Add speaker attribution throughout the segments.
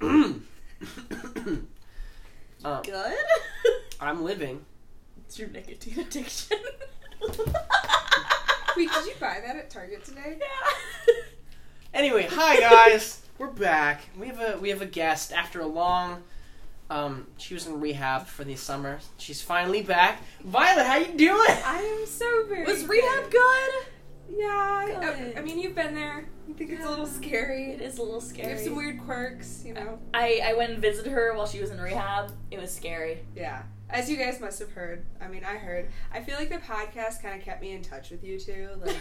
Speaker 1: Uh, Um,
Speaker 2: Good?
Speaker 1: I'm living.
Speaker 2: it's your nicotine addiction.
Speaker 3: Wait, did you buy that at Target today?
Speaker 2: Yeah.
Speaker 1: Anyway, hi guys. We're back. We have a we have a guest after a long. Um, she was in rehab for the summer. She's finally back. Violet, how you doing?
Speaker 3: I am so very.
Speaker 2: Was
Speaker 3: good.
Speaker 2: rehab good?
Speaker 3: Yeah. I,
Speaker 2: Good.
Speaker 3: I mean, you've been there. I think it's a little scary.
Speaker 2: It is a little
Speaker 3: You
Speaker 2: scary.
Speaker 3: have some weird quirks, you know.
Speaker 2: I, I went and visited her while she was in rehab. It was scary.
Speaker 3: Yeah. As you guys must have heard, I mean, I heard. I feel like the podcast kind of kept me in touch with you two. Like,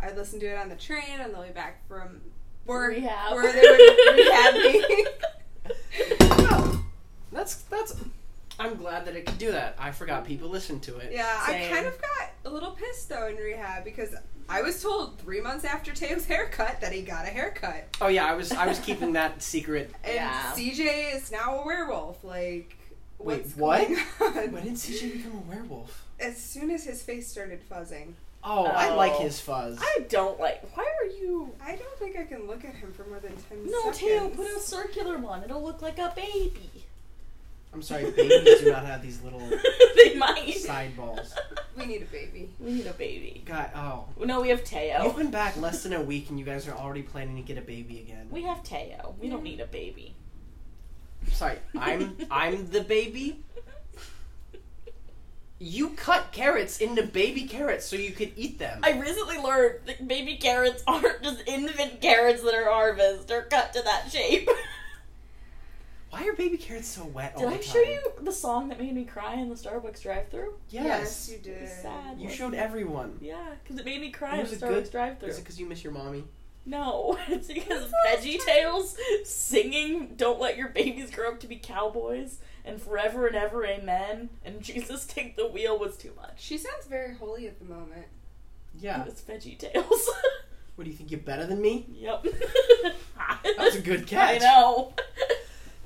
Speaker 3: I would listen to it on the train on the way back from work,
Speaker 2: Rehab.
Speaker 3: where they would rehab me.
Speaker 1: Oh, that's that's. I'm glad that it could do that. I forgot people listened to it.
Speaker 3: yeah, I
Speaker 2: Same.
Speaker 3: kind of got a little pissed though in rehab because I was told three months after Taylor's haircut that he got a haircut,
Speaker 1: Oh yeah, I was I was keeping that secret.
Speaker 3: and
Speaker 2: Yeah.
Speaker 3: CJ is now a werewolf. Like,
Speaker 1: Wait,
Speaker 3: what's
Speaker 1: what?
Speaker 3: going on?
Speaker 1: When did CJ become a werewolf?
Speaker 3: As soon as his face started fuzzing,
Speaker 1: Oh, I like
Speaker 2: Oh.
Speaker 1: his fuzz.
Speaker 2: I don't like. Why are you?
Speaker 3: I don't think I can look at him for more than ten
Speaker 2: No,
Speaker 3: seconds.
Speaker 2: Teo, put a circular one. It'll look like a baby.
Speaker 1: I'm sorry, babies do not have these little
Speaker 2: they might.
Speaker 1: side balls.
Speaker 3: We need a baby.
Speaker 2: We need a baby.
Speaker 1: God, oh.
Speaker 2: No, we have
Speaker 1: You've
Speaker 2: Teo.
Speaker 1: been back less than a week and you guys are already planning to get a baby again.
Speaker 2: We have Teo. We don't need a baby.
Speaker 1: Sorry, I'm I'm the baby. You cut carrots into baby carrots so you could eat them.
Speaker 2: I recently learned that baby carrots aren't just infant carrots that are harvested. They're cut to that shape.
Speaker 1: Why are baby carrots so wet all
Speaker 2: Did
Speaker 1: the
Speaker 2: I
Speaker 1: time?
Speaker 2: show you the song that made me cry in the Starbucks drive-through?
Speaker 1: Yes.
Speaker 3: you
Speaker 2: It
Speaker 3: did.
Speaker 2: was sad.
Speaker 1: You showed everyone.
Speaker 2: Yeah, because it made me cry in
Speaker 1: Was
Speaker 2: the
Speaker 1: it good?
Speaker 2: Starbucks drive-through.
Speaker 1: Is it because you miss your mommy?
Speaker 2: No, it's because
Speaker 3: That's not
Speaker 2: Veggie Tales singing "Don't let your babies grow up to be cowboys" and "Forever and ever, Amen" and "Jesus take the wheel" was too much.
Speaker 3: She sounds very holy at the moment.
Speaker 1: Yeah.
Speaker 2: It was Veggie Tales.
Speaker 1: What do you think? You're better than me?
Speaker 2: yep.
Speaker 1: That's a good catch.
Speaker 2: I know.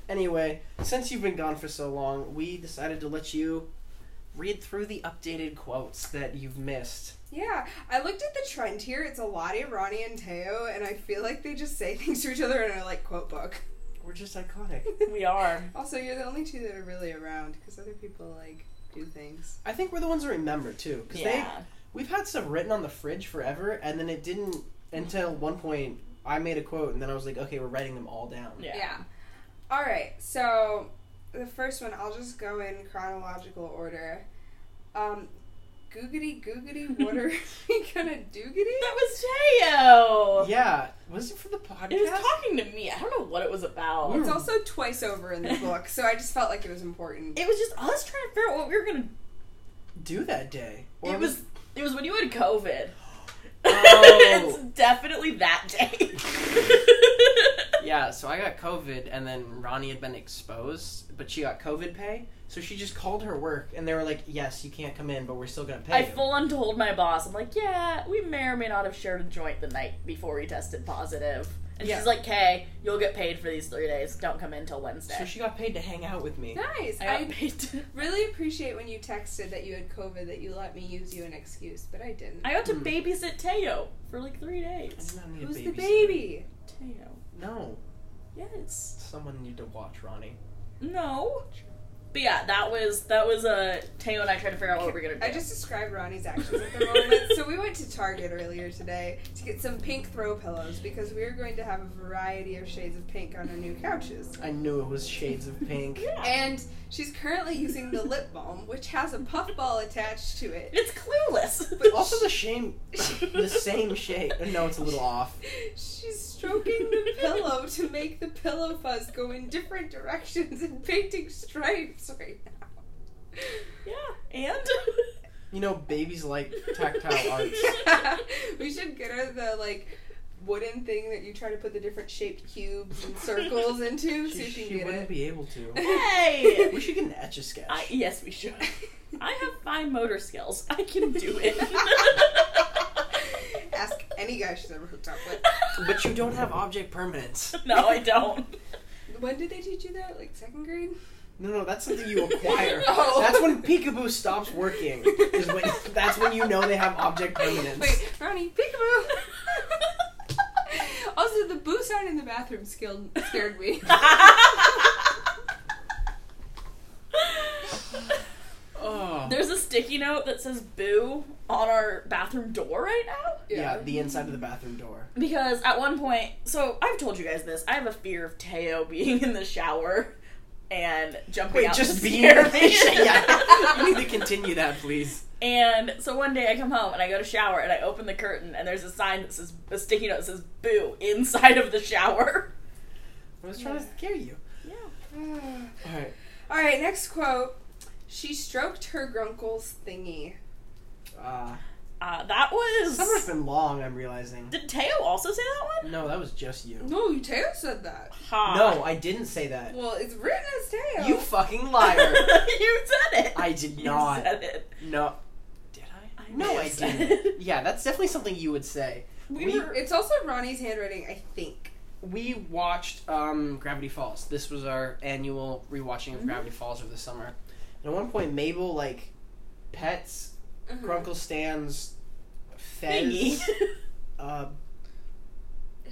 Speaker 1: Anyway, since you've been gone for so long, we decided to let you read through the updated quotes that you've missed.
Speaker 3: Yeah, I looked at the trend here. It's a Lottie, Ronnie, and Teo, and I feel like they just say things to each other in a like quote book.
Speaker 1: We're just iconic.
Speaker 2: we are.
Speaker 3: Also, you're the only two that are really around because other people like do things.
Speaker 1: I think we're the ones that remember too, because
Speaker 2: Yeah.
Speaker 1: we've had stuff written on the fridge forever, and then it didn't until one point I made a quote, and then I was like, okay, we're writing them all down.
Speaker 2: yeah.
Speaker 3: All right. So the first one, I'll just go in chronological order. Um, googity googity, what are we gonna doogity?
Speaker 2: That was Teo.
Speaker 1: Yeah, was it for the podcast?
Speaker 2: It was talking to me. I don't know what it was about.
Speaker 1: We were-
Speaker 3: It's also twice over in the book, so I just felt like it was important.
Speaker 2: It was just us trying to figure out what we were gonna.
Speaker 1: Do that day. Or
Speaker 2: It was. It was when you had COVID.
Speaker 1: Oh.
Speaker 2: it's definitely that day.
Speaker 1: Yeah, so I got COVID, and then Ronnie had been exposed, but she got COVID pay, so she just called her work, and they were like, "Yes, you can't come in, but we're still gonna pay
Speaker 2: I
Speaker 1: you."
Speaker 2: full on told my boss, I'm like, yeah, we may or may not have shared a joint the night before we tested positive. And
Speaker 1: Yeah.
Speaker 2: she's like, hey, you'll get paid for these three days. Don't come in till Wednesday.
Speaker 1: so she got paid to hang out with me.
Speaker 3: Nice.
Speaker 2: I got
Speaker 3: I
Speaker 2: paid. To,
Speaker 3: really appreciate when you texted that you had COVID that you let me use you an excuse, but I didn't.
Speaker 2: I got to
Speaker 1: Hmm.
Speaker 2: babysit Teo for like three
Speaker 1: I did
Speaker 2: days.
Speaker 1: not need a
Speaker 3: Who's the
Speaker 1: babysitter.
Speaker 3: baby?
Speaker 2: Teo.
Speaker 1: No,
Speaker 2: Yes.
Speaker 1: someone need to watch Ronnie.
Speaker 2: No. But yeah, that was that was uh, Teo and I trying to figure out what we are gonna do.
Speaker 3: I just described Ronnie's actions at the moment. So we went to Target earlier today to get some pink throw pillows because we were going to have a variety of shades of pink on our new couches.
Speaker 1: I knew it was Shades of Pink.
Speaker 2: Yeah.
Speaker 3: And she's currently using the lip balm, which has a puffball attached to it.
Speaker 2: it's clueless.
Speaker 3: But
Speaker 1: also the shame, the same shade. No, it's a little off.
Speaker 3: She's stroking the pillow to make the pillow fuzz go in different directions and painting stripes right now.
Speaker 2: yeah.
Speaker 1: You know, babies like tactile arts.
Speaker 2: And
Speaker 3: we should get her the like wooden thing that you try to put the different shaped cubes and circles into so
Speaker 1: She,
Speaker 3: she
Speaker 1: she
Speaker 3: can get
Speaker 1: wouldn't
Speaker 3: it.
Speaker 1: be able to.
Speaker 2: Hey!
Speaker 1: We should get an etch a sketch.
Speaker 2: I, yes, we should. I have fine motor skills. I can do it.
Speaker 3: Ask any guy she's ever hooked up with.
Speaker 1: But you don't have object permanence.
Speaker 2: No, I don't.
Speaker 3: When did they teach you that? Like second grade?
Speaker 1: No, no, that's something you acquire.
Speaker 3: Oh.
Speaker 1: That's when peekaboo stops working. Is when that's when you know they have object permanence.
Speaker 3: Wait, Ronnie, peekaboo. also, the Busan in the bathroom skilled, scared me.
Speaker 1: Oh.
Speaker 2: There's a sticky note that says boo on our bathroom door right now.
Speaker 1: yeah. the inside of the bathroom door.
Speaker 2: Because at one point, so I've told you guys this, I have a fear of Teo being in the shower and jumping
Speaker 1: Wait,
Speaker 2: out
Speaker 1: just
Speaker 2: to
Speaker 1: be
Speaker 2: scare
Speaker 1: here.
Speaker 2: me.
Speaker 1: yeah. You need to continue that, please.
Speaker 2: And so one day I come home and I go to shower and I open the curtain and there's a sign that says a sticky note that says boo inside of the shower.
Speaker 1: I was trying to scare you.
Speaker 2: Yeah.
Speaker 1: All right.
Speaker 3: All right, next quote. She stroked her grunkle's thingy.
Speaker 1: Uh,
Speaker 2: Uh, that
Speaker 1: summer's
Speaker 2: was.
Speaker 1: been long. I'm realizing.
Speaker 2: Did Teo also say that one?
Speaker 1: No, that was just you.
Speaker 3: No, you Teo said that.
Speaker 2: Ha.
Speaker 1: No, I didn't say that.
Speaker 3: Well, it's written as Teo.
Speaker 1: You fucking liar.
Speaker 2: you said it.
Speaker 1: I did
Speaker 2: You
Speaker 1: not.
Speaker 2: said it.
Speaker 1: No. Did I? no, I
Speaker 2: said
Speaker 1: didn't.
Speaker 2: it.
Speaker 1: Yeah, that's definitely something you would say.
Speaker 2: We
Speaker 1: We-
Speaker 2: were-
Speaker 3: It's also Ronnie's handwriting, I think.
Speaker 1: We watched um, Gravity Falls. This was our annual rewatching
Speaker 2: Mm-hmm.
Speaker 1: of Gravity Falls over the summer. And at one point, Mabel like pets
Speaker 3: Uh-huh.
Speaker 1: Grunkle Stan's
Speaker 2: Mm-hmm. thingy.
Speaker 1: fez, uh,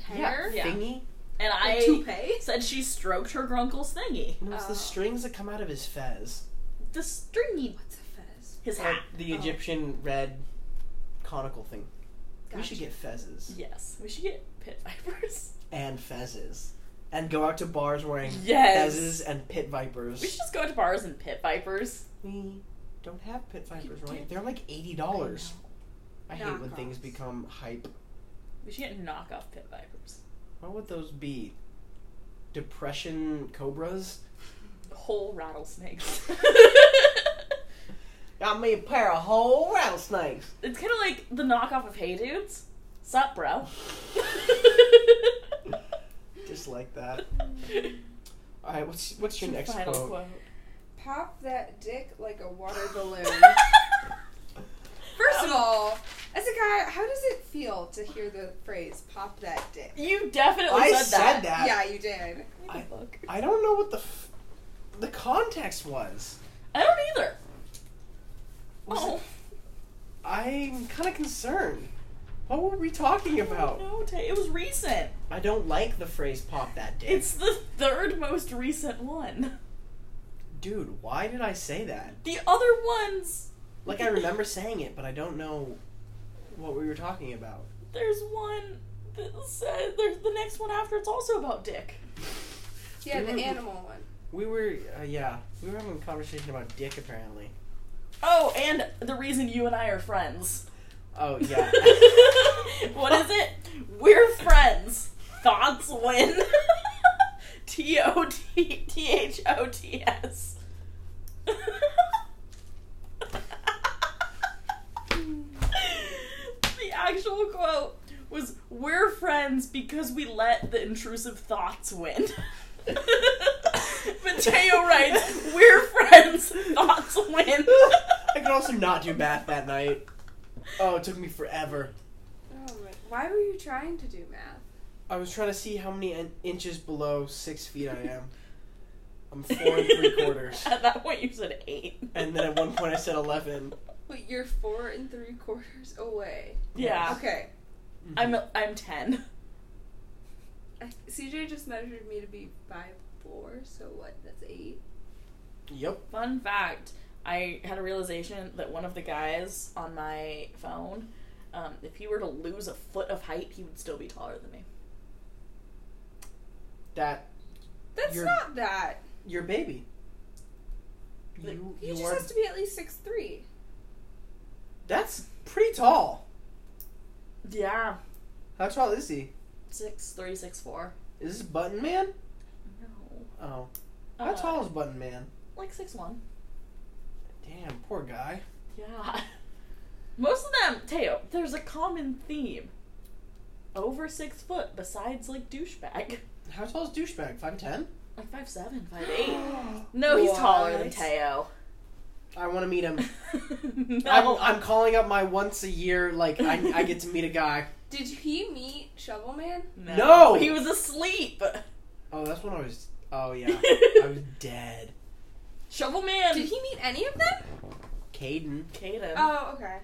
Speaker 3: Hair?
Speaker 1: yeah,
Speaker 2: Yeah.
Speaker 1: thingy.
Speaker 2: and
Speaker 3: Or
Speaker 2: I
Speaker 3: toupee?
Speaker 2: said she stroked her grunkle's thingy.
Speaker 1: And it was
Speaker 3: Oh.
Speaker 1: the strings that come out of his fez.
Speaker 2: The stringy.
Speaker 3: What's a fez?
Speaker 2: His
Speaker 1: Like
Speaker 2: hat.
Speaker 1: the
Speaker 3: Oh.
Speaker 1: Egyptian red conical thing. We
Speaker 3: Gotcha.
Speaker 1: should get fezes
Speaker 2: Yes. We should get pit vipers.
Speaker 1: and fezes and go out to bars wearing
Speaker 2: Yes.
Speaker 1: fezes and pit vipers.
Speaker 2: We should just go out to bars and pit vipers.
Speaker 1: We don't have pit vipers,
Speaker 2: You
Speaker 1: right? They're like eighty dollars. I hate when
Speaker 3: Knockoffs.
Speaker 1: things become hype.
Speaker 2: We should get knockoff pit vipers.
Speaker 1: What would those be? Depression cobras?
Speaker 2: Whole rattlesnakes.
Speaker 1: Got me a pair of whole rattlesnakes.
Speaker 2: it's kind of like the knockoff of Hey Dudes. Sup, bro?
Speaker 1: Just like that. All right, what's what's your next
Speaker 2: Final
Speaker 1: quote?
Speaker 2: quote.
Speaker 3: Pop that dick like a water balloon.
Speaker 2: First
Speaker 3: First of all, as a guy, how does it feel to hear the phrase "pop that dick"?
Speaker 2: you definitely
Speaker 1: I
Speaker 2: said,
Speaker 1: said that.
Speaker 3: yeah, you did.
Speaker 2: What the fuck?
Speaker 1: I don't know what the f- the context was.
Speaker 2: I don't either.
Speaker 1: Was
Speaker 2: oh,
Speaker 1: it- I'm kind of concerned. What were we talking about?
Speaker 2: no, Ta- it was recent.
Speaker 1: I don't like the phrase "pop that dick."
Speaker 2: It's the third most recent one.
Speaker 1: Dude, why did I say that?
Speaker 2: The other ones,
Speaker 1: Like I remember saying it, but I don't know what we were talking about.
Speaker 2: there's one that said there's the next one after. It's also about dick.
Speaker 3: Yeah,
Speaker 1: Mhm.
Speaker 3: the animal one.
Speaker 1: We were, uh, yeah, we were having a conversation about dick apparently.
Speaker 2: Oh, and the reason you and I are friends.
Speaker 1: Oh yeah,
Speaker 2: what is it? We're friends. Thoughts win. T O T T H O T S. The actual quote was We're friends because we let the intrusive thoughts win. Mateo writes, We're friends, thoughts win.
Speaker 1: I could also not do math that night. Oh, it took me forever.
Speaker 3: Oh my! Why were you trying to do math?
Speaker 1: I was trying to see how many in- inches below six feet I am. I'm four and three quarters.
Speaker 2: At that point, you said eight.
Speaker 1: And then at one point I said 11.
Speaker 3: Wait, you're four and three quarters away.
Speaker 2: Yeah,
Speaker 3: Okay,
Speaker 1: Mm-hmm.
Speaker 2: I'm I'm ten.
Speaker 3: I, CJ just measured me to be five four. So what? That's eight.
Speaker 1: Yep.
Speaker 2: Fun fact: I had a realization that one of the guys on my phone, um, if he were to lose a foot of height, he would still be taller than me.
Speaker 1: That,
Speaker 3: That's
Speaker 1: You're-
Speaker 3: not that.
Speaker 1: your baby. You,
Speaker 3: He
Speaker 1: you
Speaker 3: just
Speaker 1: are-
Speaker 3: has to be at least six three.
Speaker 1: That's pretty tall.
Speaker 2: Yeah,
Speaker 1: How tall is he?
Speaker 2: six three, six four.
Speaker 1: Is this Button Man?
Speaker 2: No,
Speaker 1: Oh. How
Speaker 2: Uh,
Speaker 1: tall is Button Man?
Speaker 2: Like six one.
Speaker 1: Damn, poor guy.
Speaker 2: Yeah. Most of them, Teo. There's a common theme. Over six foot, besides like douchebag,
Speaker 1: How tall is douchebag? 5'10?
Speaker 2: like five seven, five eight. No, he's taller than
Speaker 3: What?
Speaker 2: Teo.
Speaker 1: I want to meet him.
Speaker 2: no.
Speaker 1: I'm, I'm calling up my once a year, like, I, I get to meet a guy.
Speaker 3: Did he meet Shovel Man?
Speaker 1: No!
Speaker 2: He was asleep.
Speaker 1: Oh, that's when I was. Oh, yeah. I was dead.
Speaker 2: Shovel Man.
Speaker 3: Did he meet any of them?
Speaker 1: Caden.
Speaker 2: Kaden.
Speaker 3: Oh, okay.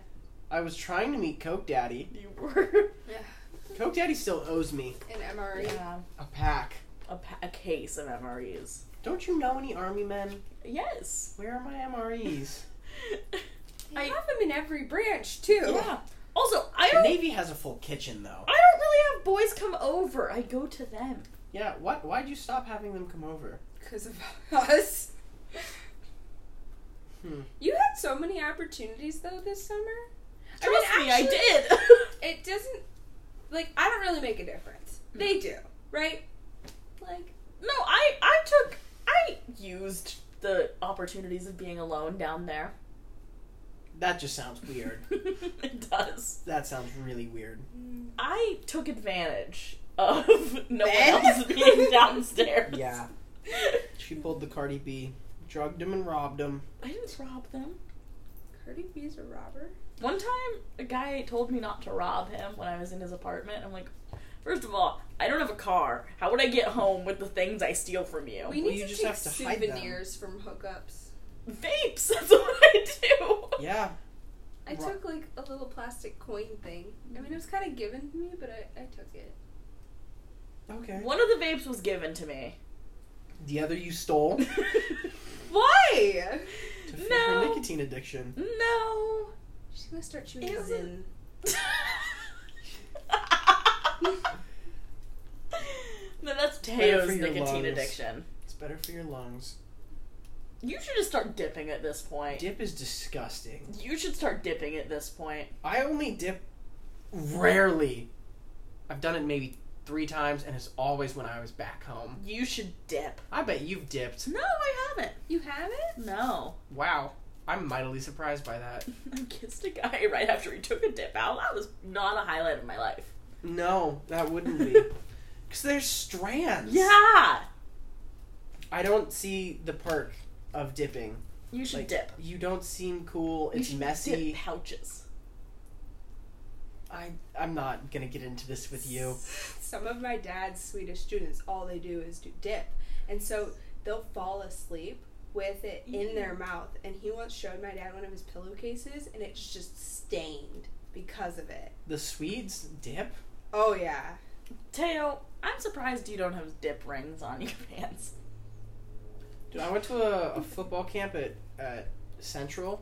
Speaker 1: I was trying to meet Coke Daddy.
Speaker 2: you were.
Speaker 3: Yeah.
Speaker 1: Coke Daddy still owes me
Speaker 3: An MRE.
Speaker 2: Yeah,
Speaker 1: a pack.
Speaker 2: a, pa- a case of MREs.
Speaker 1: Don't you know any army men?
Speaker 2: Yes.
Speaker 1: Where are my MREs?
Speaker 3: They
Speaker 2: I-
Speaker 3: have them in every branch too.
Speaker 2: Yeah. Also, I
Speaker 1: The
Speaker 2: don't.
Speaker 1: Navy has a full kitchen though.
Speaker 2: I don't really have boys come over. I go to them.
Speaker 1: Yeah, what? Why'd you stop having them come over?
Speaker 3: Because of us.
Speaker 1: Hmm.
Speaker 3: You had so many opportunities though this summer.
Speaker 2: Trust
Speaker 3: I mean,
Speaker 2: me,
Speaker 3: actually,
Speaker 2: I did.
Speaker 3: It doesn't like I don't really make a difference.
Speaker 1: Hmm.
Speaker 3: They do, right? Like
Speaker 2: no, I I took I used the opportunities of being alone down there.
Speaker 1: That just sounds weird.
Speaker 2: it does.
Speaker 1: that sounds really weird.
Speaker 3: Hmm.
Speaker 2: I took advantage of no
Speaker 3: Men?
Speaker 2: one else being downstairs.
Speaker 1: Yeah. She pulled the Cardi B, drugged him and robbed him.
Speaker 2: I didn't rob them.
Speaker 3: Cardi B's a robber.
Speaker 2: One time, a guy told me not to rob him when I was in his apartment. I'm like, first of all, I don't have a car. How would I get home with the things I steal from you?
Speaker 3: We
Speaker 1: Oh, Well,
Speaker 3: need
Speaker 1: you
Speaker 3: to
Speaker 1: just
Speaker 3: take
Speaker 1: have to hide them.
Speaker 3: souvenirs from hookups.
Speaker 2: Vapes. That's what I do.
Speaker 1: Yeah.
Speaker 3: I
Speaker 1: Ro-
Speaker 3: took like a little plastic coin thing. I mean, it was kind of given to me, but I, I took it.
Speaker 1: Okay.
Speaker 2: One of the vapes was given to me.
Speaker 1: The other you stole to
Speaker 3: Why?
Speaker 1: feed
Speaker 2: No.
Speaker 1: her nicotine addiction.
Speaker 2: no.
Speaker 3: She's gonna start chewing
Speaker 2: Is
Speaker 3: it in.
Speaker 2: no, that's
Speaker 1: Better for
Speaker 2: Teo's
Speaker 1: your
Speaker 2: nicotine
Speaker 1: lungs.
Speaker 2: addiction.
Speaker 1: It's better for your lungs.
Speaker 2: You should just start dipping at this point.
Speaker 1: Dip is disgusting.
Speaker 2: you should start dipping at this point.
Speaker 1: I only dip rarely. I've done it maybe three times, and it's always when I was back home.
Speaker 2: You should dip.
Speaker 1: I bet you've dipped.
Speaker 2: No, I haven't.
Speaker 3: You have it?
Speaker 2: No.
Speaker 1: Wow. I'm mightily surprised by that.
Speaker 2: I kissed a guy right after he took a dip out. That was not a highlight of my life.
Speaker 1: No, that wouldn't be. Because there's strands.
Speaker 2: yeah.
Speaker 1: I don't see the perk of dipping.
Speaker 2: You should
Speaker 1: Like,
Speaker 2: dip.
Speaker 1: You don't seem cool.
Speaker 2: You
Speaker 1: It's
Speaker 2: should
Speaker 1: messy.
Speaker 2: Dip pouches.
Speaker 1: I, I'm not going to get into this with you.
Speaker 3: Some of my dad's Swedish students, all they do is do dip. And so they'll fall asleep with it in their mouth. And he once showed my dad one of his pillowcases, and it's just stained because of it.
Speaker 1: The Swedes dip?
Speaker 3: Oh, yeah.
Speaker 2: Teo, I'm surprised you don't have dip rings on your pants.
Speaker 1: Dude, I went to a, a football camp at, at Central,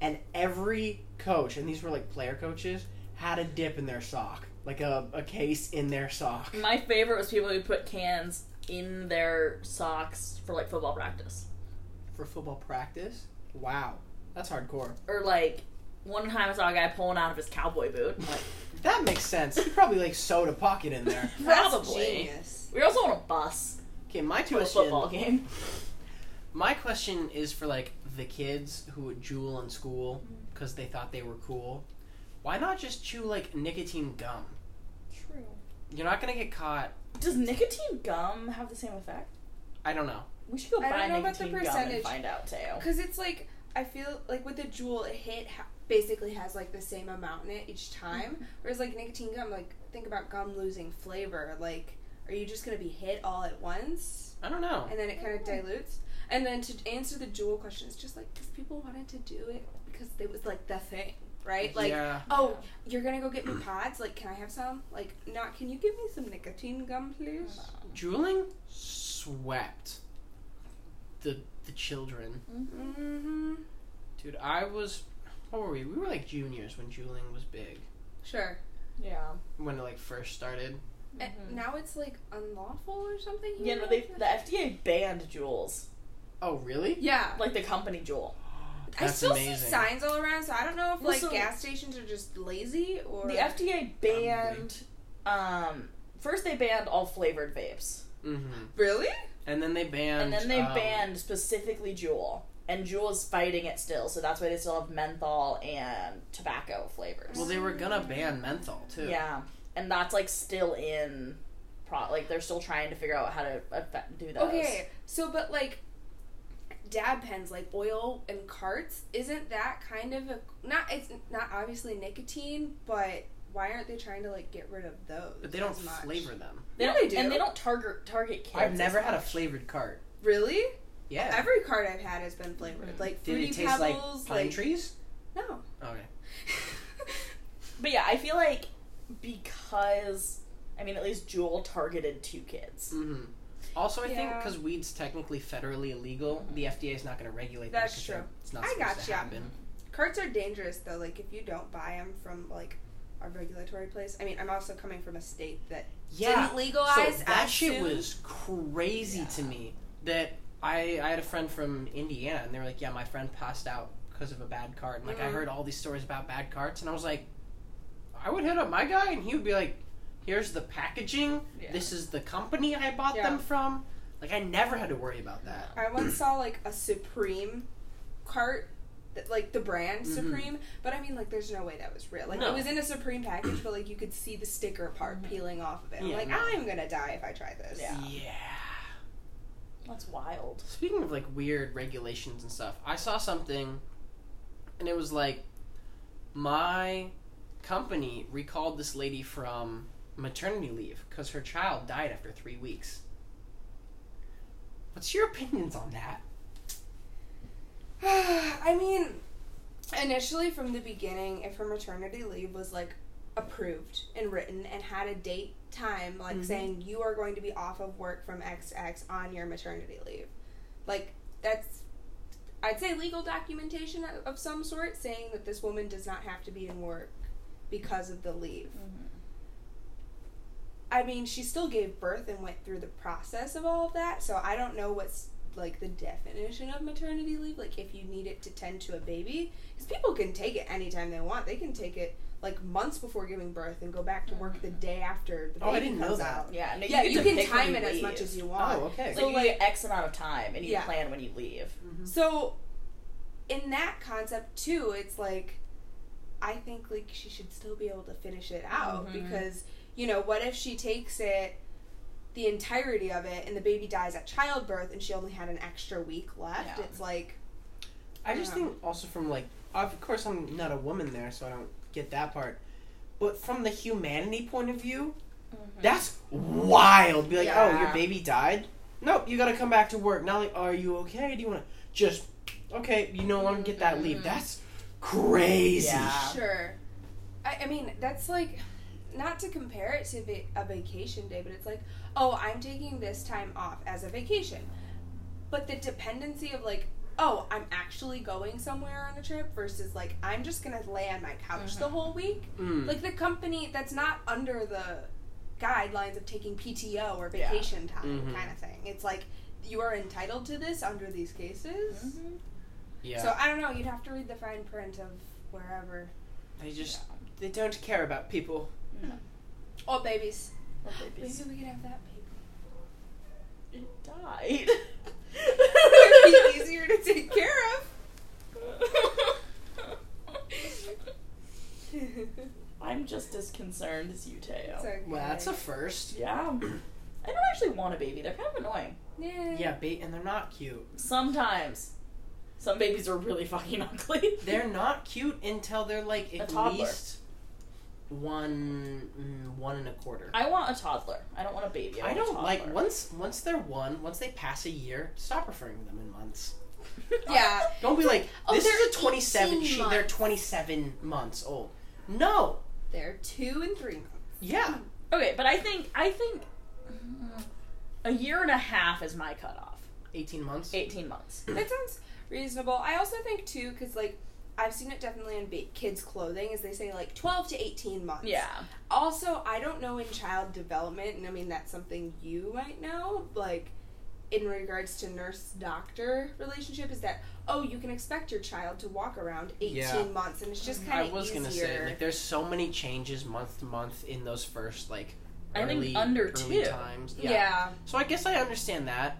Speaker 1: and every coach, and these were like player coaches, had a dip in their sock, like a, a case in their sock.
Speaker 2: My favorite was people who put cans in their socks for like football practice.
Speaker 1: For football practice? Wow. That's hardcore.
Speaker 2: Or like one time I saw a guy pulling out of his cowboy boot. I'm Like,
Speaker 1: That makes sense. You probably like sewed a pocket in there.
Speaker 3: That's
Speaker 2: probably.
Speaker 3: genius.
Speaker 2: We were also on a bus
Speaker 1: Okay, my
Speaker 2: to a football
Speaker 1: question.
Speaker 2: game.
Speaker 1: My question is for like the kids who would jewel in school
Speaker 2: Mm-hmm.
Speaker 1: because they thought they were cool. Why not just chew like nicotine gum?
Speaker 2: True.
Speaker 1: You're not gonna get caught.
Speaker 2: Does nicotine gum have the same effect?
Speaker 1: I don't know.
Speaker 2: We should go
Speaker 3: I
Speaker 2: buy
Speaker 3: don't know about the
Speaker 2: nicotine gum and
Speaker 3: percentage.
Speaker 2: find out, Teo.
Speaker 3: Because it's like, I feel like with the jewel, it hit ha- basically has like the same amount in it each
Speaker 2: Mm.
Speaker 3: time. Whereas like nicotine gum, like, think about gum losing flavor. Like, are you just going to be hit all at once?
Speaker 1: I don't know.
Speaker 3: and then it kind of dilutes. And then to answer the jewel question, it's just like because people wanted to do it because it was like the thing, right? Like,
Speaker 1: yeah.
Speaker 3: oh, you're gonna go get me pods. Like, can I have some? Like, not. Can you give me some nicotine gum, please?
Speaker 1: Jeweling swept the the children.
Speaker 3: Mm-hmm.
Speaker 1: Dude, I was what were we? We were like juniors when jeweling was big.
Speaker 3: Sure.
Speaker 2: Yeah.
Speaker 1: When it like first started.
Speaker 3: And now it's like unlawful or something.
Speaker 2: Mm-hmm. Yeah, no, they, the FDA banned jewels,
Speaker 1: Oh really?
Speaker 3: Yeah.
Speaker 2: like the company jewel.
Speaker 3: I
Speaker 1: That's
Speaker 3: still
Speaker 1: amazing.
Speaker 3: see signs all around, so I don't know if
Speaker 2: Well,
Speaker 3: like
Speaker 2: so-
Speaker 3: gas stations are just lazy or
Speaker 2: The FDA banned. Um, first they banned all flavored vapes,
Speaker 1: Mm-hmm.
Speaker 3: really.
Speaker 1: And then they
Speaker 2: and
Speaker 1: banned
Speaker 2: then they
Speaker 1: um,
Speaker 2: banned specifically Juul. And Juul is fighting it still, so that's why they still have menthol and tobacco flavors.
Speaker 1: Well, they were gonna ban menthol too.
Speaker 2: yeah, and that's like still in. Pro- like they're still trying to figure out how to affect, do those.
Speaker 3: Okay, so but like dab pens, like oil and carts, isn't that kind of a not? It's not obviously nicotine, but why aren't they trying to like get rid of those?
Speaker 1: But they don't
Speaker 3: as much?
Speaker 1: flavor them.
Speaker 2: They
Speaker 3: Yeah,
Speaker 2: don't,
Speaker 3: they do.
Speaker 2: and they don't target target kids.
Speaker 1: I've never
Speaker 2: as
Speaker 1: had a
Speaker 2: much.
Speaker 1: flavored cart.
Speaker 3: Really,
Speaker 1: Yeah.
Speaker 3: every cart I've had has been flavored, like
Speaker 1: Did
Speaker 3: fruity
Speaker 1: it taste like
Speaker 3: pebbles,
Speaker 1: pine trees?
Speaker 3: no.
Speaker 1: Okay.
Speaker 2: But yeah, I feel like because I mean, at least Jewel targeted two kids.
Speaker 1: Mm-hmm. Also, I think
Speaker 3: Yeah.
Speaker 1: because weed's technically federally illegal, the FDA is not going to regulate
Speaker 3: That's
Speaker 1: that.
Speaker 3: true.
Speaker 1: It's not
Speaker 3: I
Speaker 1: supposed to
Speaker 3: gotcha.
Speaker 1: happen.
Speaker 3: Carts are dangerous though. Like if you don't buy them from like a regulatory place. I mean, I'm also coming from a state that
Speaker 1: Yeah.
Speaker 3: didn't
Speaker 1: So
Speaker 3: legalize.
Speaker 1: that
Speaker 3: as
Speaker 1: shit
Speaker 3: soon.
Speaker 1: was crazy
Speaker 2: Yeah.
Speaker 1: to me. That I I had a friend from Indiana, and they were like, "Yeah, my friend passed out because of a bad cart." And like, I
Speaker 3: Mhm.
Speaker 1: heard all these stories about bad carts, and I was like, I would hit up my guy, and he would be like, "Here's the packaging.
Speaker 2: Yeah.
Speaker 1: This is the company I bought
Speaker 3: Yeah.
Speaker 1: them from." Like, I never had to worry about that.
Speaker 3: I once saw like a Supreme cart, that, like the brand
Speaker 1: Mhm.
Speaker 3: Supreme. But I mean, like, there's no way that was real. Like
Speaker 1: No.
Speaker 3: it was in a Supreme package, but like you could see the sticker part peeling off of it.
Speaker 1: Yeah,
Speaker 3: I'm like,
Speaker 1: no.
Speaker 3: I'm gonna die if I try this.
Speaker 2: Yeah.
Speaker 1: yeah.
Speaker 2: That's wild.
Speaker 1: Speaking of like weird regulations and stuff, I saw something and it was like my company recalled this lady from maternity leave because her child died after three weeks. What's your opinions on that?
Speaker 3: I mean, initially from the beginning, if her maternity leave was like approved and written and had a date time, like
Speaker 1: Mhm.
Speaker 3: saying you are going to be off of work from XX on your maternity leave, like that's. I'd say legal documentation of- of some sort saying that this woman does not have to be in work because of the leave. I mean, she still gave birth and went through the process of all of that, so I don't know what's like the definition of maternity leave, like if you need it to tend to a baby, because people can take it anytime they want. They can take it like months before giving birth and go back to work the day after the baby
Speaker 1: Oh, I didn't know
Speaker 3: comes
Speaker 1: that.
Speaker 3: out.
Speaker 2: Yeah, no,
Speaker 3: yeah,
Speaker 2: get
Speaker 3: you
Speaker 2: to
Speaker 3: can
Speaker 2: pick when
Speaker 3: time
Speaker 2: you
Speaker 3: it as
Speaker 2: leave.
Speaker 3: much as you want.
Speaker 1: Oh, okay.
Speaker 2: So
Speaker 3: Like,
Speaker 2: you
Speaker 3: you-
Speaker 2: get X amount of time, and you
Speaker 3: Yeah.
Speaker 2: plan when you leave.
Speaker 1: mm-hmm.
Speaker 3: So, in that concept too, it's like, I think like she should still be able to finish it out
Speaker 2: Mhm.
Speaker 3: because you know what if she takes it, the entirety of it, and the baby dies at childbirth, and she only had an extra week left.
Speaker 2: Yeah.
Speaker 3: It's like,
Speaker 1: I just
Speaker 3: Yeah.
Speaker 1: think also from like of course I'm not a woman there, so I don't get that part. But from the humanity point of view,
Speaker 3: Mm-hmm.
Speaker 1: that's wild. Be like, oh, your
Speaker 2: Yeah.
Speaker 1: baby died? Nope, you gotta come back to work. Not like, are you okay? Do you wanna just okay, you don't wanna get that leave.
Speaker 2: Mhm.
Speaker 1: That's crazy.
Speaker 2: Yeah.
Speaker 3: Sure. I, I mean, that's like, not to compare it to va- a vacation day, but it's like, oh, I'm taking this time off as a vacation. But the dependency of like, oh, I'm actually going somewhere on a trip versus like, I'm just going to lay on my couch the whole week.
Speaker 1: Mm.
Speaker 3: Like, the company that's not under the guidelines of taking PTO or
Speaker 2: Yeah.
Speaker 3: vacation time
Speaker 1: Mhm.
Speaker 3: kind of thing. It's like, you are entitled to this under these cases.
Speaker 2: Mhm.
Speaker 1: yeah.
Speaker 3: So I don't know. You'd have to read the fine print of wherever.
Speaker 1: they just
Speaker 2: Yeah.
Speaker 1: they don't care about people.
Speaker 3: Or Oh, babies.
Speaker 2: Or Oh, Mm-hmm. babies.
Speaker 3: we could have that baby.
Speaker 2: It died.
Speaker 3: It'd be easier to take care of.
Speaker 2: I'm just as concerned as you, Teo.
Speaker 3: okay.
Speaker 1: Well, that's a first.
Speaker 2: Yeah. I don't actually want a baby. They're kind of annoying.
Speaker 3: yeah.
Speaker 1: Yeah, ba- and they're not cute.
Speaker 2: Sometimes. Some babies are really fucking ugly.
Speaker 1: They're not cute until they're like
Speaker 2: A
Speaker 1: at
Speaker 2: toddler.
Speaker 1: least one mm, one and a quarter.
Speaker 2: I want a toddler. I don't want a baby. I,
Speaker 1: I
Speaker 2: want a
Speaker 1: don't like
Speaker 2: toddler.
Speaker 1: once once they're one, once they pass a year, stop referring to them in months.
Speaker 3: Yeah.
Speaker 1: Don't be like,
Speaker 3: Oh,
Speaker 1: this
Speaker 3: they're
Speaker 1: is a 27,
Speaker 3: 18
Speaker 1: she, they're
Speaker 3: months.
Speaker 1: 27 months old. No.
Speaker 3: They're two and three months.
Speaker 1: Yeah.
Speaker 2: Okay, but I think I think mm, a year and a half is my cutoff.
Speaker 1: 18 months.
Speaker 2: Eighteen months.
Speaker 3: That sounds reasonable. I also think too, because like I've seen it definitely in ba- kids' clothing, is they say like twelve to eighteen months.
Speaker 2: Yeah.
Speaker 3: Also, I don't know in child development, and I mean that's something you might know, like in regards to nurse doctor relationship, is that oh you can expect your child to walk around eighteen
Speaker 1: Yeah.
Speaker 3: months, and it's just
Speaker 1: I
Speaker 3: kind of
Speaker 1: was
Speaker 3: easier.
Speaker 1: gonna say, like, there's so many changes month to month in those first, like,
Speaker 2: I think
Speaker 1: early,
Speaker 2: under
Speaker 1: early
Speaker 2: two.
Speaker 1: times.
Speaker 3: yeah.
Speaker 1: So I guess I understand that.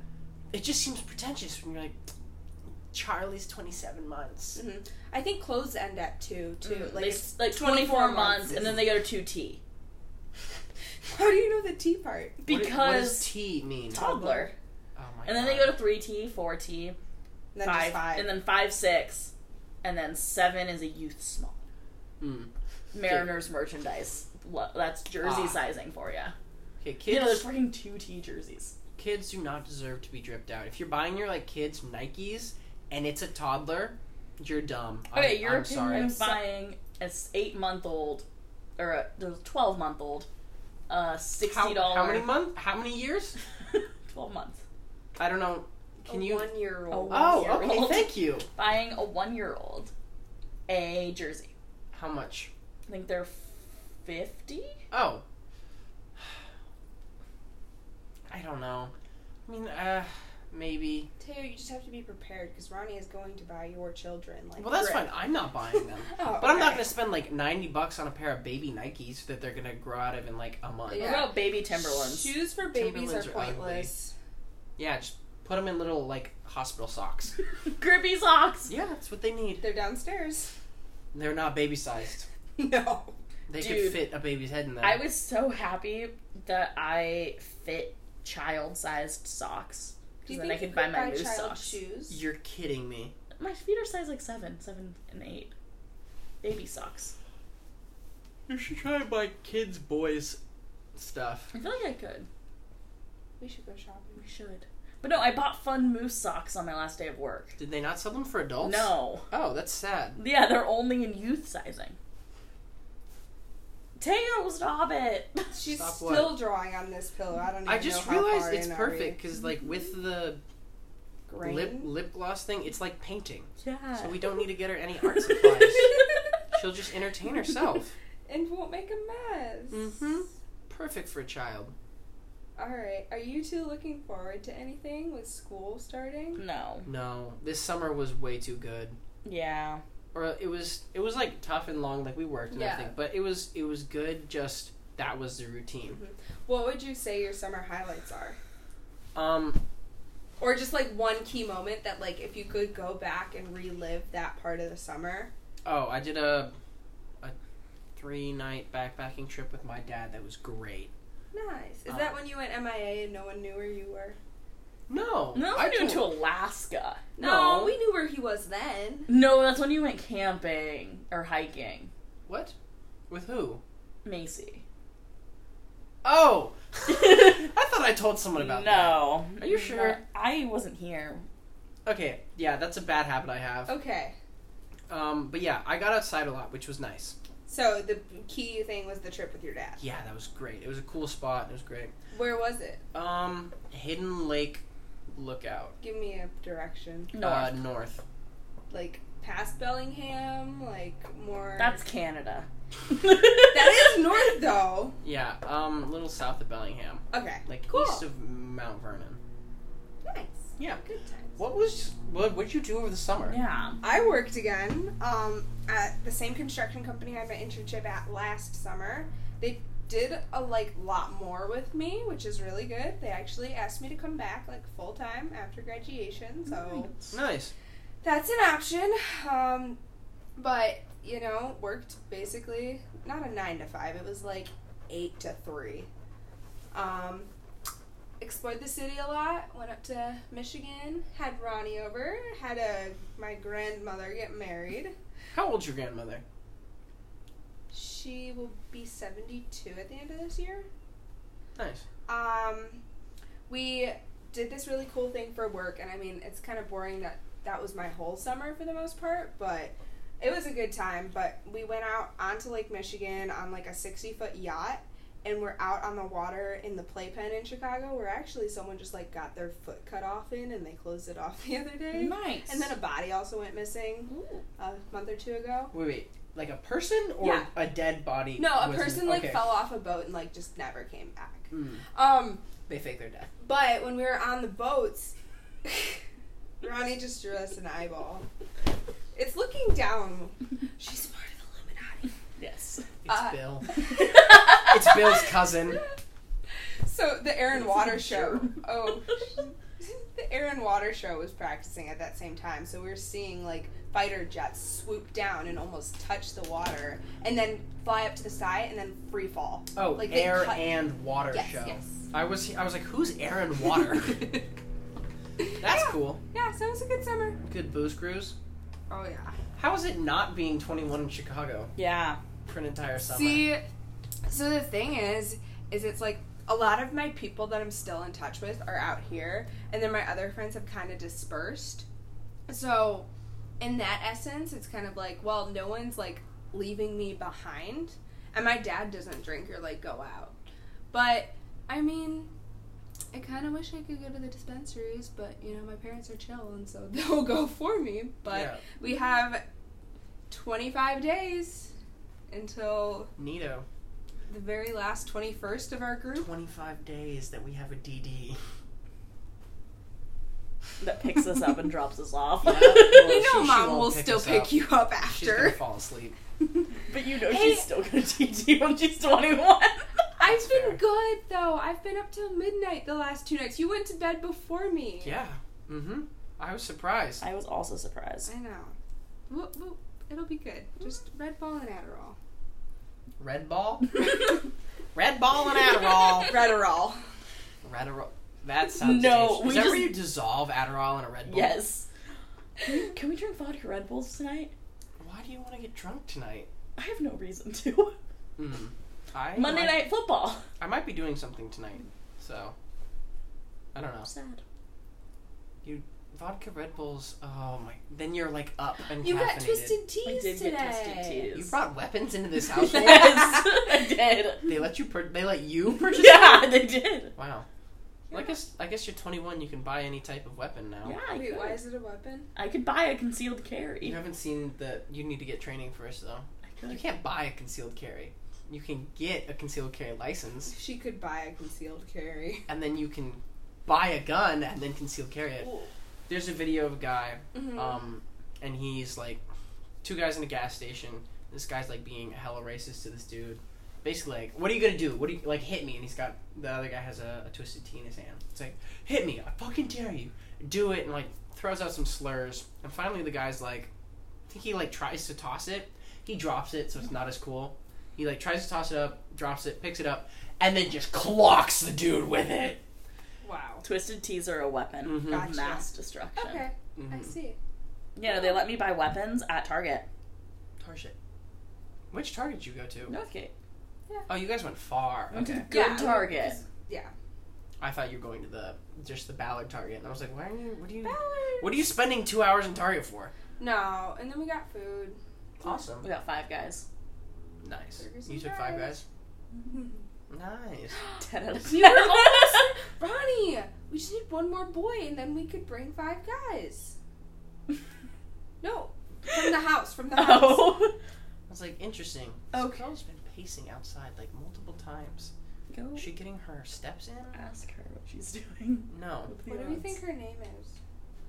Speaker 1: It just seems pretentious when you're like, Charlie's 27 months.
Speaker 3: mm-hmm. I think clothes end at two too.
Speaker 1: Mm,
Speaker 3: Like,
Speaker 2: Mm-hmm. They
Speaker 3: it's-
Speaker 2: s- like 24, months, and then they go to two T
Speaker 3: how do you know the T part?
Speaker 1: What do-
Speaker 2: because
Speaker 1: What does T mean?
Speaker 2: toddler,
Speaker 1: Oh my
Speaker 2: and then
Speaker 1: God.
Speaker 2: they go to three T, four T,
Speaker 3: And then just
Speaker 2: five, and then five, six, and then seven is a youth small.
Speaker 1: Mm.
Speaker 2: Mariners merchandise. Lo- That's jersey
Speaker 1: Ah.
Speaker 2: sizing for you.
Speaker 1: Okay,
Speaker 2: You know, there's
Speaker 1: kids,
Speaker 2: freaking two T jerseys.
Speaker 1: kids do not deserve to be dripped out. If you're buying your, like, kids' Nikes and it's a toddler, you're dumb.
Speaker 2: Okay,
Speaker 1: I'm,
Speaker 2: your
Speaker 1: I'm sorry.
Speaker 2: opinion of buying an eight month old or a the twelve month old, uh, sixty
Speaker 1: How,
Speaker 2: dollars.
Speaker 1: how many months? How many years?
Speaker 2: twelve months.
Speaker 1: I don't know. Can you?
Speaker 3: One year old.
Speaker 2: Oh.
Speaker 1: Oh, okay.
Speaker 2: One-year-old.
Speaker 1: Thank you.
Speaker 2: Buying a one year old a jersey.
Speaker 1: How much?
Speaker 2: I think they're fifty.
Speaker 1: Oh. I don't know. I mean, uh, maybe.
Speaker 3: Teo, you just have to be prepared because Ronnie is going to buy your children. Like,
Speaker 1: Well, that's
Speaker 3: brick.
Speaker 1: fine. I'm not buying them.
Speaker 3: Oh,
Speaker 1: But I'm not
Speaker 3: okay.
Speaker 1: gonna spend like ninety bucks on a pair of baby Nikes that they're gonna grow out of in like a month.
Speaker 2: What
Speaker 3: Yeah.
Speaker 2: about baby Timberlands?
Speaker 3: Shoes for babies are
Speaker 1: Timberlands are ugly.
Speaker 3: pointless.
Speaker 1: Yeah, just put them in little like hospital socks.
Speaker 2: Grippy socks.
Speaker 1: yeah, that's what they need.
Speaker 3: They're downstairs.
Speaker 1: They're not baby sized.
Speaker 3: No.
Speaker 1: They could
Speaker 2: Dude.
Speaker 1: fit a baby's head in them.
Speaker 2: I was so happy that I fit child sized socks.
Speaker 3: Do
Speaker 2: Because
Speaker 3: you
Speaker 2: then
Speaker 3: think
Speaker 2: I could
Speaker 3: you
Speaker 2: buy my moose
Speaker 3: child
Speaker 2: socks.
Speaker 3: shoes?
Speaker 1: You're kidding me.
Speaker 2: My feet are size like seven, seven and eight. Baby socks.
Speaker 1: You should try and buy kids boys stuff.
Speaker 2: I feel like I could.
Speaker 3: We should go shopping.
Speaker 2: We should. But no, I bought fun moose socks on my last day of work.
Speaker 1: Did they not sell them for adults?
Speaker 2: No.
Speaker 1: Oh, that's sad.
Speaker 2: Yeah, they're only in youth sizing. Teo, stop it.
Speaker 3: She's
Speaker 1: Stop what?
Speaker 3: still drawing on this pillow. I don't even
Speaker 1: I just
Speaker 3: know how
Speaker 1: realized
Speaker 3: far
Speaker 1: it's
Speaker 3: in are
Speaker 1: perfect because like with the
Speaker 3: we. Grain?
Speaker 1: lip lip gloss thing, it's like painting.
Speaker 2: Yeah.
Speaker 3: Uh.
Speaker 1: So we don't need to get her any art supplies. She'll just entertain herself.
Speaker 3: and won't make a mess.
Speaker 1: Mhm. Perfect for a child.
Speaker 3: All right. Are you two looking forward to anything with school
Speaker 1: Mm.
Speaker 3: starting?
Speaker 2: No.
Speaker 1: No, this summer was way too good.
Speaker 2: Yeah.
Speaker 1: Or it was it was like tough and long, like we worked and
Speaker 3: Yeah.
Speaker 1: everything. But it was it was good. Just that was the routine.
Speaker 3: What would you say your summer highlights are?
Speaker 1: Um,
Speaker 3: Or just like one key moment that like if you could go back and relive that part of the summer.
Speaker 1: oh, I did a a three night backpacking trip with my dad. That was great.
Speaker 3: Nice. Is
Speaker 1: Uh,
Speaker 3: that when you went MIA and no one knew where you were?
Speaker 1: No,
Speaker 2: No,
Speaker 1: I
Speaker 2: I went to
Speaker 1: told-
Speaker 2: Alaska.
Speaker 1: No.
Speaker 3: we knew where he was then.
Speaker 2: No, that's when you went camping or hiking.
Speaker 1: what with who?
Speaker 2: Macy.
Speaker 1: Oh, I thought I told someone about that.
Speaker 2: no.
Speaker 1: Are you sure?
Speaker 2: I wasn't here.
Speaker 1: Okay, yeah, that's a bad habit I have.
Speaker 3: Okay.
Speaker 1: Um, but yeah, I got outside a lot, which was nice.
Speaker 3: So the key thing was the trip with your dad.
Speaker 1: Yeah, that was great. It was a cool spot. It was great.
Speaker 3: Where was it?
Speaker 1: Um, Hidden Lake Lookout.
Speaker 3: Give me a direction.
Speaker 2: No.
Speaker 1: Uh, north.
Speaker 3: Like past Bellingham, like more
Speaker 2: that's Canada.
Speaker 3: That is north though.
Speaker 1: Yeah, um, a little south of Bellingham,
Speaker 3: Okay.
Speaker 1: like
Speaker 3: Cool.
Speaker 1: east of Mount Vernon.
Speaker 3: Nice.
Speaker 1: Yeah.
Speaker 3: Good times.
Speaker 1: What was what? What'd you do over the summer?
Speaker 2: Yeah.
Speaker 3: I worked again um, at the same construction company I had my internship at last summer. They did a like lot more with me, which is really good. They actually asked me to come back like full time after graduation, so
Speaker 1: Nice.
Speaker 3: that's an option. Um, but you know, worked basically not a nine to five. It was like eight to three. Um, explored the city a lot. Went up to Michigan. Had Ronnie over. Had a my grandmother get married.
Speaker 1: How old's your grandmother?
Speaker 3: She will be seventy two at the end of this year.
Speaker 1: Nice.
Speaker 3: um, we did this really cool thing for work, and I mean, it's kind of boring that that was my whole summer for the most part, but it was a good time. But we went out onto Lake Michigan on like a 60 foot yacht, and we're out on the water in the playpen in Chicago, where actually someone just like got their foot cut off in and they closed it off the other day.
Speaker 2: Nice.
Speaker 3: And then a body also went missing
Speaker 2: Ooh.
Speaker 3: a month or two ago.
Speaker 1: Wait, wait. Like a person or
Speaker 3: Yeah.
Speaker 1: a dead body?
Speaker 3: No, a
Speaker 1: was-
Speaker 3: person like
Speaker 1: okay.
Speaker 3: fell off a boat and like just never came back.
Speaker 1: Mm,
Speaker 3: Um,
Speaker 1: they fake their death.
Speaker 3: But when we were on the boats, Ronnie just drew us an eyeball. It's looking down. She's part of the Illuminati.
Speaker 2: Yes.
Speaker 1: It's
Speaker 3: Uh,
Speaker 1: Bill.
Speaker 2: it's
Speaker 1: It's Bill's cousin.
Speaker 3: So the Air and Water
Speaker 2: It's a
Speaker 3: show.
Speaker 2: germ.
Speaker 3: Oh, the Air and Water show was practicing at that same time. So we were seeing like fighter jets swoop down and almost touch the water, and then fly up to the side and then free fall.
Speaker 1: Oh,
Speaker 3: Like they
Speaker 1: air
Speaker 3: cut-
Speaker 1: and water
Speaker 3: yes,
Speaker 1: show.
Speaker 3: yes.
Speaker 1: I was I was like, who's air and water? That's
Speaker 3: Yeah.
Speaker 1: cool.
Speaker 3: Yeah, so it was a good summer.
Speaker 1: Good booze cruise.
Speaker 3: Oh yeah.
Speaker 1: How is it not being 21 in Chicago
Speaker 2: yeah.
Speaker 1: for an entire summer?
Speaker 3: See, so the thing is, is it's like a lot of my people that I'm still in touch with are out here, and then my other friends have kind of dispersed. So, in that essence, it's kind of like, well, no one's like leaving me behind. And my dad doesn't drink or like go out. But I mean, I kind of wish I could go to the dispensaries, but you know, my parents are chill and so they'll go for me. But
Speaker 1: yeah.
Speaker 3: we have 25 days until
Speaker 1: Nito.
Speaker 3: the very last 21st of our group.
Speaker 1: Twenty five days that we have a DD.
Speaker 2: that picks us up and drops us off.
Speaker 1: Yeah, well,
Speaker 3: you
Speaker 1: she-
Speaker 3: know,
Speaker 1: she
Speaker 3: mom
Speaker 1: won't
Speaker 3: will
Speaker 1: pick
Speaker 3: still
Speaker 1: us
Speaker 3: pick
Speaker 1: up.
Speaker 3: you up
Speaker 1: She's gonna
Speaker 3: after.
Speaker 1: fall asleep.
Speaker 2: But you know
Speaker 3: Hey.
Speaker 2: she's still gonna DD when she's 21.
Speaker 3: I've been
Speaker 1: fair.
Speaker 3: good though. I've been up till midnight the last two nights. You went to bed before me.
Speaker 1: Yeah. Mm-hmm. I was surprised.
Speaker 2: I was also surprised.
Speaker 3: I know. Whoop, whoop. It'll be good. Just Red Bull and Adderall.
Speaker 1: Red ball? Red ball and Adderall.
Speaker 3: Adderall.
Speaker 1: Adderall. That sounds
Speaker 2: No,
Speaker 1: dangerous.
Speaker 2: we
Speaker 1: Is that where
Speaker 2: just-
Speaker 1: you dissolve Adderall in a Red Bull?
Speaker 2: yes. Can we drink vodka Red Bulls tonight?
Speaker 1: Why do you want to get drunk tonight?
Speaker 2: I have no reason to.
Speaker 1: Hmm. I
Speaker 2: Monday
Speaker 1: might,
Speaker 2: night football.
Speaker 1: I might be doing something tonight, so I don't know.
Speaker 2: Sad.
Speaker 1: Vodka Red Bulls. Oh my! Then you're like up and
Speaker 3: You got
Speaker 1: caffeinated.
Speaker 3: twisted teas
Speaker 2: I did
Speaker 3: today.
Speaker 2: get twisted teas.
Speaker 1: You brought weapons into this household.
Speaker 2: yes, I did.
Speaker 1: they let you. Pur- they let you purchase.
Speaker 2: Yeah, they did.
Speaker 1: Wow. Well, I guess I guess you're 21. You can buy any type of weapon now.
Speaker 2: Yeah, I
Speaker 3: Wait,
Speaker 2: could.
Speaker 3: why is it a weapon?
Speaker 2: I could buy a concealed carry.
Speaker 1: You haven't seen the. You need to get training first, though.
Speaker 2: I
Speaker 1: You
Speaker 2: could.
Speaker 1: can't buy a concealed carry. You can get a concealed carry license,
Speaker 3: She could buy a concealed carry.
Speaker 1: and then you can buy a gun and then concealed carry it. There's a video of a guy,
Speaker 3: Mm-hmm. Mm.
Speaker 1: um, and he's like, two guys in a gas station. This guy's like being hella racist to this dude. Basically, like, what are you gonna do? What do you like? Hit me! And he's got the other guy has a, a twisted T in his hand. It's like, hit me! I fucking dare you! Do it! And like throws out some slurs. And finally, the guy's like, I think he like tries to toss it. He drops it, so it's not as cool. He like tries to toss it up, drops it, picks it up, and then just clocks the dude with it.
Speaker 3: wow.
Speaker 2: Twisted teas are a weapon
Speaker 1: Mhm.
Speaker 2: of
Speaker 3: Gotcha.
Speaker 2: mass destruction.
Speaker 3: Okay, I
Speaker 1: Mhm.
Speaker 3: see.
Speaker 2: Yeah, they let me buy weapons at Target.
Speaker 1: Target. Which Target did you go to?
Speaker 2: Northgate.
Speaker 1: Oh, you guys went far.
Speaker 2: Went to
Speaker 1: Okay.
Speaker 2: the good
Speaker 3: Yeah,
Speaker 2: Target.
Speaker 3: Yeah.
Speaker 1: I thought you were going to the just the Ballard Target, and I was like, why are you? What are you? What are you spending two hours in Target for?
Speaker 3: No, and then we got food.
Speaker 1: Awesome.
Speaker 2: We got five guys.
Speaker 1: Nice.
Speaker 3: Burgers
Speaker 1: You
Speaker 3: and
Speaker 1: took five guys.
Speaker 3: fries.
Speaker 1: Nice.
Speaker 2: Ten out of
Speaker 3: We were almost- Ronnie, we just need one more boy, and then we could bring five guys. No, from the house, from the house.
Speaker 2: Oh.
Speaker 1: I was like, interesting.
Speaker 2: Okay.
Speaker 1: This girl's been pacing outside like multiple times.
Speaker 2: Go
Speaker 1: Is she getting her steps in?
Speaker 2: ask her what she's doing.
Speaker 1: No.
Speaker 2: with the
Speaker 3: What do we
Speaker 2: odds.
Speaker 3: think her name is?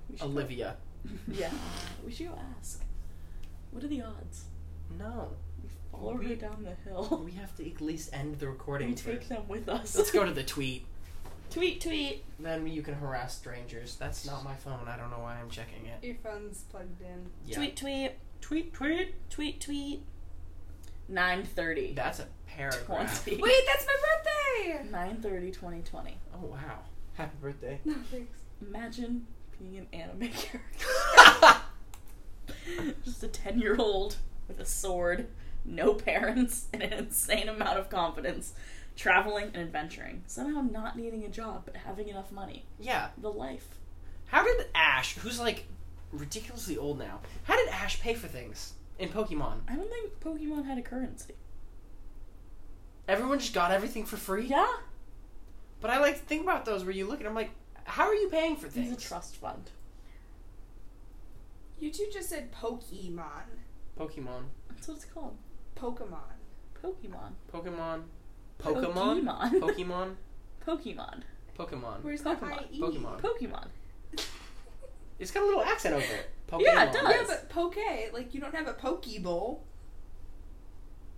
Speaker 2: We should go-
Speaker 1: Olivia.
Speaker 2: Yeah. We should go ask. What are the odds?
Speaker 1: No.
Speaker 2: We follow her
Speaker 1: We-
Speaker 2: down the hill.
Speaker 1: We have to at least end the
Speaker 2: We
Speaker 1: recording.
Speaker 2: take
Speaker 1: first.
Speaker 2: them with us.
Speaker 1: Let's go to the tweet.
Speaker 2: tweet, tweet.
Speaker 1: Then you can harass strangers. That's not my phone. I don't know why I'm checking it.
Speaker 3: Your phone's plugged in.
Speaker 1: Yeah.
Speaker 2: Tweet, tweet.
Speaker 1: tweet, tweet.
Speaker 2: Tweet, tweet. 9.30.
Speaker 1: That's a paragraph.
Speaker 2: 20.
Speaker 3: Wait, that's my birthday!
Speaker 2: 9.30, 2020.
Speaker 1: Oh wow! Happy birthday.
Speaker 3: No, thanks.
Speaker 2: Imagine being an anime character. Just a 10 year old with a sword, no parents, and an insane amount of confidence, traveling and adventuring. Somehow not needing a job, but having enough money.
Speaker 1: yeah.
Speaker 2: The life.
Speaker 1: How did Ash, who's like ridiculously old now, how did Ash pay for things in Pokemon?
Speaker 2: I don't think Pokemon had a currency.
Speaker 1: Everyone just got everything for free.
Speaker 2: Yeah?
Speaker 1: But I like to think about those where you look and I'm like, how are you paying for
Speaker 2: It's a
Speaker 1: things?
Speaker 2: trust fund.
Speaker 3: You two just said Pokemon.
Speaker 1: Pokemon.
Speaker 2: That's what it's called.
Speaker 3: Pokemon.
Speaker 2: Pokemon.
Speaker 1: Pokemon. Pokemon.
Speaker 2: Pokemon.
Speaker 1: Pokemon.
Speaker 2: Pokemon.
Speaker 1: Pokemon.
Speaker 3: Where's
Speaker 2: Pokemon.
Speaker 3: the E? IE?
Speaker 1: Pokemon.
Speaker 2: Pokemon.
Speaker 1: It's got a little accent over it. Pokemon.
Speaker 2: Yeah, it
Speaker 3: Yeah,
Speaker 2: does.
Speaker 3: but Poke, like you don't have a Pokeball.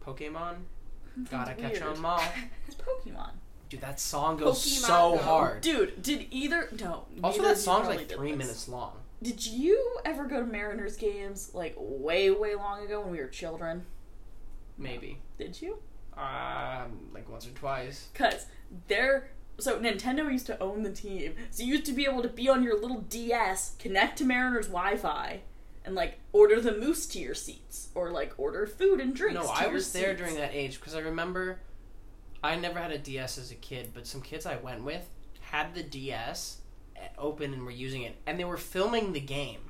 Speaker 1: Pokemon. Gotta
Speaker 2: Sounds
Speaker 1: catch
Speaker 2: weird.
Speaker 1: 'em all.
Speaker 2: It's Pokemon.
Speaker 1: Dude, that song goes
Speaker 3: Pokemon,
Speaker 1: so
Speaker 3: though.
Speaker 1: hard.
Speaker 2: Dude, did either no?
Speaker 1: also,
Speaker 2: neither
Speaker 1: that
Speaker 2: of you
Speaker 1: song's
Speaker 2: probably
Speaker 1: like
Speaker 2: did
Speaker 1: three
Speaker 2: this.
Speaker 1: minutes long.
Speaker 2: Did you ever go to Mariners games like way, way long ago when we were children?
Speaker 1: Maybe.
Speaker 2: Did you?
Speaker 1: Um, like once or twice.
Speaker 2: Cause they're so Nintendo used to own the team, so you used to be able to be on your little DS, connect to Mariners Wi-Fi, and like order the moose to your seats, or like order food and drinks.
Speaker 1: No,
Speaker 2: to
Speaker 1: I
Speaker 2: your
Speaker 1: was there
Speaker 2: seats.
Speaker 1: during that age because I remember I never had a DS as a kid, but some kids I went with had the DS open and were using it, and they were filming the game.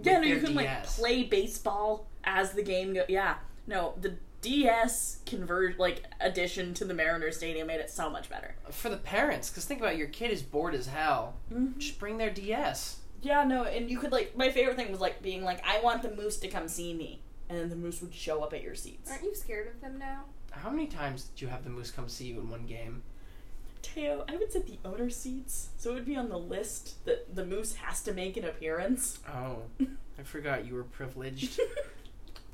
Speaker 2: Yeah,
Speaker 1: with
Speaker 2: no, you
Speaker 1: their
Speaker 2: can like
Speaker 1: DS.
Speaker 2: play baseball as the game go. Yeah, no, the DS converge like addition to the Mariners Stadium made it so much better.
Speaker 1: for the parents, because think about it, your kid is bored as hell. Just bring their DS.
Speaker 2: Yeah, no, and you could like my favorite thing was like being like, I want the moose to come see me, and then the moose would show up at your seats.
Speaker 3: Aren't you scared of them now?
Speaker 1: How many times did you have the moose come see you in one game?
Speaker 2: Teo, I would sit the owner seats, so it would be on the list that the moose has to make an appearance
Speaker 1: Oh, I forgot you were privileged.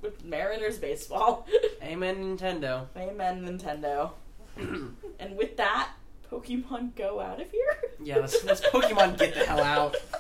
Speaker 2: with Mariners baseball.
Speaker 1: Amen, Nintendo.
Speaker 2: Amen, Nintendo. and with that, Pokemon Go out of here.
Speaker 1: Yeah, let's- let's Pokemon get the hell out.